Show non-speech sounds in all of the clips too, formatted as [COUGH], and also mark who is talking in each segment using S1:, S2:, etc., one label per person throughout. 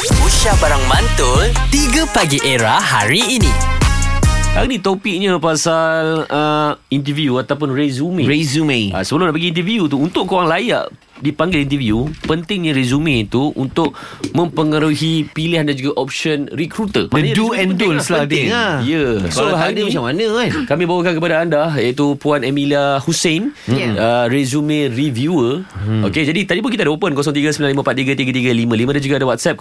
S1: Syah Barang Mantul 3 Pagi Era hari ini
S2: Hari ni topiknya pasal uh, interview ataupun resume.
S3: Resume
S2: uh, sebelum nak bagi interview tu untuk korang layak dipanggil interview, pentingnya resume tu untuk mempengaruhi pilihan dan juga option recruiter.
S3: The do and don'ts lah
S2: penting.
S3: Din ha.
S2: Ya. Yeah.
S3: So hari ni macam mana kan
S2: Kami bawakan kepada anda iaitu Puan Emilia Hussein, yeah. uh, resume reviewer. Hmm. Okey, jadi tadi pun kita ada open 0395433355 dan juga ada WhatsApp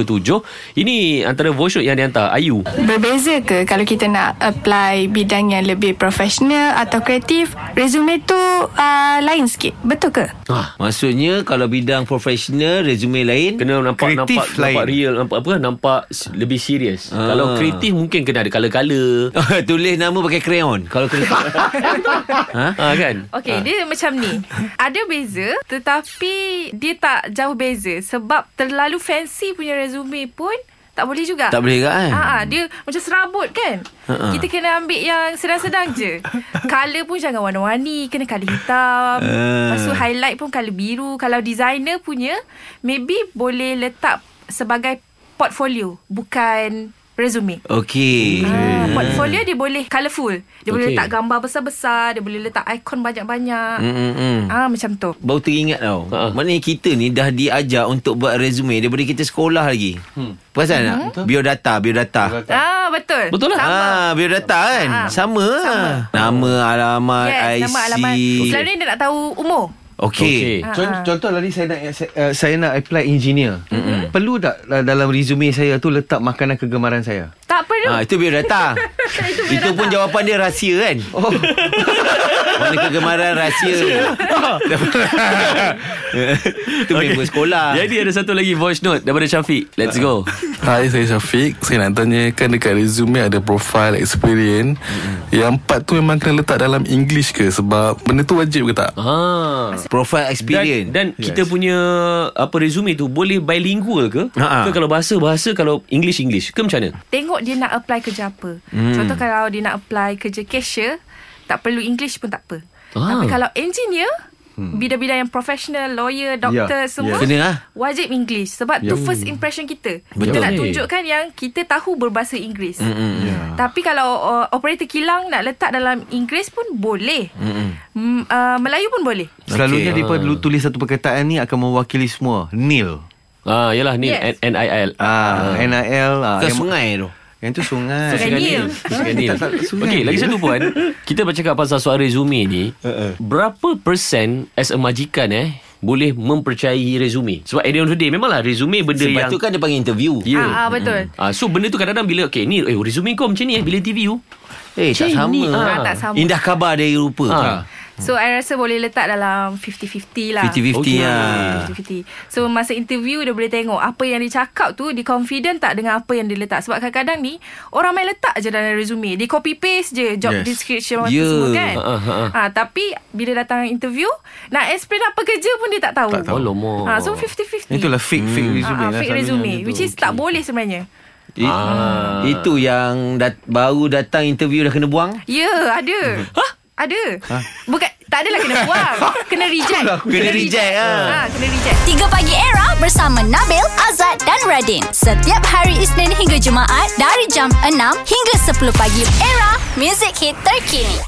S2: 0165127777. Ini antara voice note yang dihantar Ayu.
S4: Berbeza ke kalau kita nak apply bidang yang lebih profesional atau kreatif, resume tu uh, lain sikit. Betul ke?
S3: ha. Maksudnya kalau bidang profesional Resume lain
S2: Kena nampak
S5: Kreatif
S2: nampak
S5: lain.
S2: nampak real nampak apa nampak s- lebih serius. Ah. Kalau kreatif mungkin kena ada color-color.
S3: [LAUGHS] Tulis nama pakai crayon Kalau kena
S2: ha? ha kan?
S3: Ah.
S6: Okey, ha. dia macam
S3: [LAUGHS]
S6: ni. Ada beza tetapi dia tak jauh beza sebab terlalu fancy punya resume pun tak boleh juga.
S3: Tak boleh kan
S6: Ha, dia macam serabut kan?
S3: Ha-ha.
S6: Kita kena ambil yang sedang-sedang
S3: [LAUGHS]
S6: je. Color pun jangan warna-warni, kena color hitam.
S3: Ah.
S6: Lepas tu highlight pun color biru. Kalau designer punya, maybe boleh letak sebagai portfolio, bukan resume.
S3: Okey
S6: Ah, portfolio dia boleh colourful. Dia okay. boleh
S3: Eh. Okey.
S6: letak gambar besar-besar, dia boleh letak ikon banyak-banyak.
S3: Hmm, hmm, hmm.
S6: Ah macam tu.
S3: Baru teringat tau
S2: Ha.
S3: uh Maknanya kita ni Dah diajar untuk buat resume Daripada kita sekolah lagi hmm. Perasan
S6: Mm-hmm.
S3: tak Biodata Biodata
S6: Ah betul.
S2: Betul lah.
S6: Sama.
S3: Ah, biodata kan
S6: Ah.
S3: Sama, Sama. Nama, alamat,
S6: Yes,
S3: IC
S6: nama alamat. Selalu dia nak tahu umur. Ah,
S3: Okey
S2: Okey.
S3: okay.
S5: Contoh, contoh lagi saya nak saya, uh, saya nak apply engineer. Mm-hmm. Perlu tak uh, dalam resume saya tu letak makanan kegemaran saya?
S6: Tak perlu.
S3: Ah, itu biodata
S6: [LAUGHS] Itu
S3: itu,
S6: biodata.
S3: itu pun jawapan dia rahsia kan Oh [LAUGHS] Mana kegemaran rahsia [LAUGHS] Itu member sekolah
S2: Ah. Jadi ada satu lagi voice note daripada Syafiq. Let's go.
S7: Hai, saya Syafiq. Saya nak tanyakan dekat resume ada profile, experience. Mm-hmm. Yang part tu memang kena letak dalam English ke? Sebab benda tu wajib ke tak?
S2: ha.
S3: Profile
S2: Dan,
S3: experience
S2: dan yes. kita punya apa resume tu boleh bilingual ke?
S3: Ha-ha.
S2: Ke kalau bahasa bahasa kalau English English ke macam mana?
S6: Tengok dia nak apply kerja apa. Hmm. Contoh kalau dia nak apply kerja cashier, tak perlu English pun tak apa.
S2: Ah.
S6: Ah. Tapi kalau engineer, hmm. bidang-bidang yang professional, lawyer, doktor yeah. semua,
S3: yeah. Kena lah.
S6: wajib English. Sebab yeah. tu first impression kita. Kita
S2: Betul.
S6: nak
S2: Hey.
S6: tunjukkan yang kita tahu berbahasa Inggeris. Mm-hmm.
S5: hmm.
S6: Yeah. Tapi kalau uh, operator kilang nak letak dalam Inggeris pun boleh. Mm-hmm. Mm, uh, Melayu pun boleh.
S3: Okey.
S5: Selalunya okay. mereka perlu tulis satu perkataan ni akan mewakili semua. Nil.
S2: Ah, yalah ni
S6: Yes.
S2: N I L.
S5: Ah, NIL ah,
S3: Bukan sungai tu
S5: Yang tu sungai.
S6: Sungai Nil.
S5: Tak, tak, sungai
S2: Okey,
S5: Nil.
S2: lagi satu puan. Kita bercakap pasal soal resume ni. Berapa persen as a majikan eh boleh mempercayai resume? Sebab at the end of the day memanglah resume benda
S3: Sebab
S2: yang
S3: tu kan dia panggil interview
S2: Ya.
S6: Ah, ah, betul.
S2: Ah, so benda tu kadang-kadang bila okay ni eh resume kau macam ni eh bila interview.
S3: Eh tak
S2: Cik,
S3: sama
S2: ni, ah,
S6: tak sama.
S3: Indah khabar dari rupa
S2: Ah.
S6: So I rasa boleh letak dalam 50-50 lah
S3: 50-50
S2: Okey.
S5: ah.
S3: lah
S6: 50-50 So masa interview Dia boleh tengok Apa yang dia cakap tu Dia confident tak Dengan apa yang dia letak Sebab kadang-kadang ni Orang main letak je Dalam resume Dia copy paste je Job yes.
S5: Yes.
S6: description Apa
S5: Ya.
S3: Yeah.
S6: semua kan
S5: Ah,
S2: Ha, ha, ha.
S6: ha, Tapi Bila datang interview Nak explain apa kerja pun Dia tak tahu,
S5: Tak tahu.
S2: Alamak.
S6: ha, So 50-50
S5: Itulah fake fake resume
S6: ha, ha,
S5: lah
S6: Fake
S5: selalunya
S6: resume
S5: macam tu.
S6: Which is tak boleh sebenarnya
S3: It, ah. Itu yang dat, baru datang interview dah kena buang
S6: Ya ada Hah? Ada Bukan Tak adalah kena buang Kena reject
S3: Kena reject, ah.
S6: ha, Kena reject
S8: 3 Pagi Era bersama Nabil, Azad dan Radin. Setiap hari Isnin hingga Jumaat dari jam 6 hingga 10 pagi. Era, music hit terkini.